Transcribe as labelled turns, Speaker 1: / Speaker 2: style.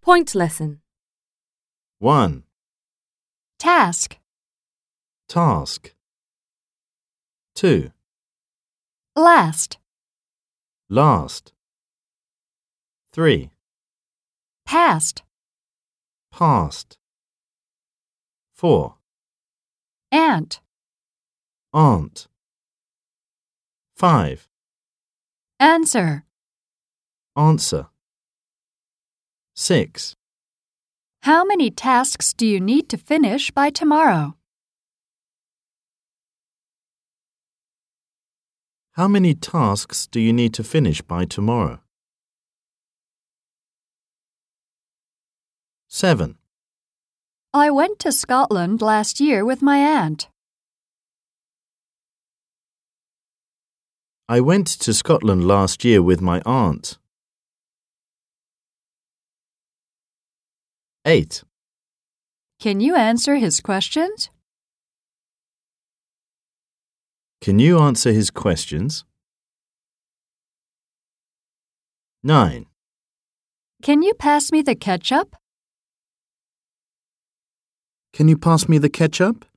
Speaker 1: Point lesson.
Speaker 2: 1.
Speaker 3: Task.
Speaker 2: Task. 2.
Speaker 3: Last.
Speaker 2: Last. 3.
Speaker 3: Past.
Speaker 2: Past. 4.
Speaker 3: Ant.
Speaker 2: Aunt. 5.
Speaker 3: Answer.
Speaker 2: Answer. 6.
Speaker 3: How many tasks do you need to finish by tomorrow?
Speaker 2: How many tasks do you need to finish by tomorrow? 7.
Speaker 3: I went to Scotland last year with my aunt.
Speaker 2: I went to Scotland last year with my aunt. 8.
Speaker 3: Can you answer his questions?
Speaker 2: Can you answer his questions? 9.
Speaker 3: Can you pass me the ketchup?
Speaker 2: Can you pass me the ketchup?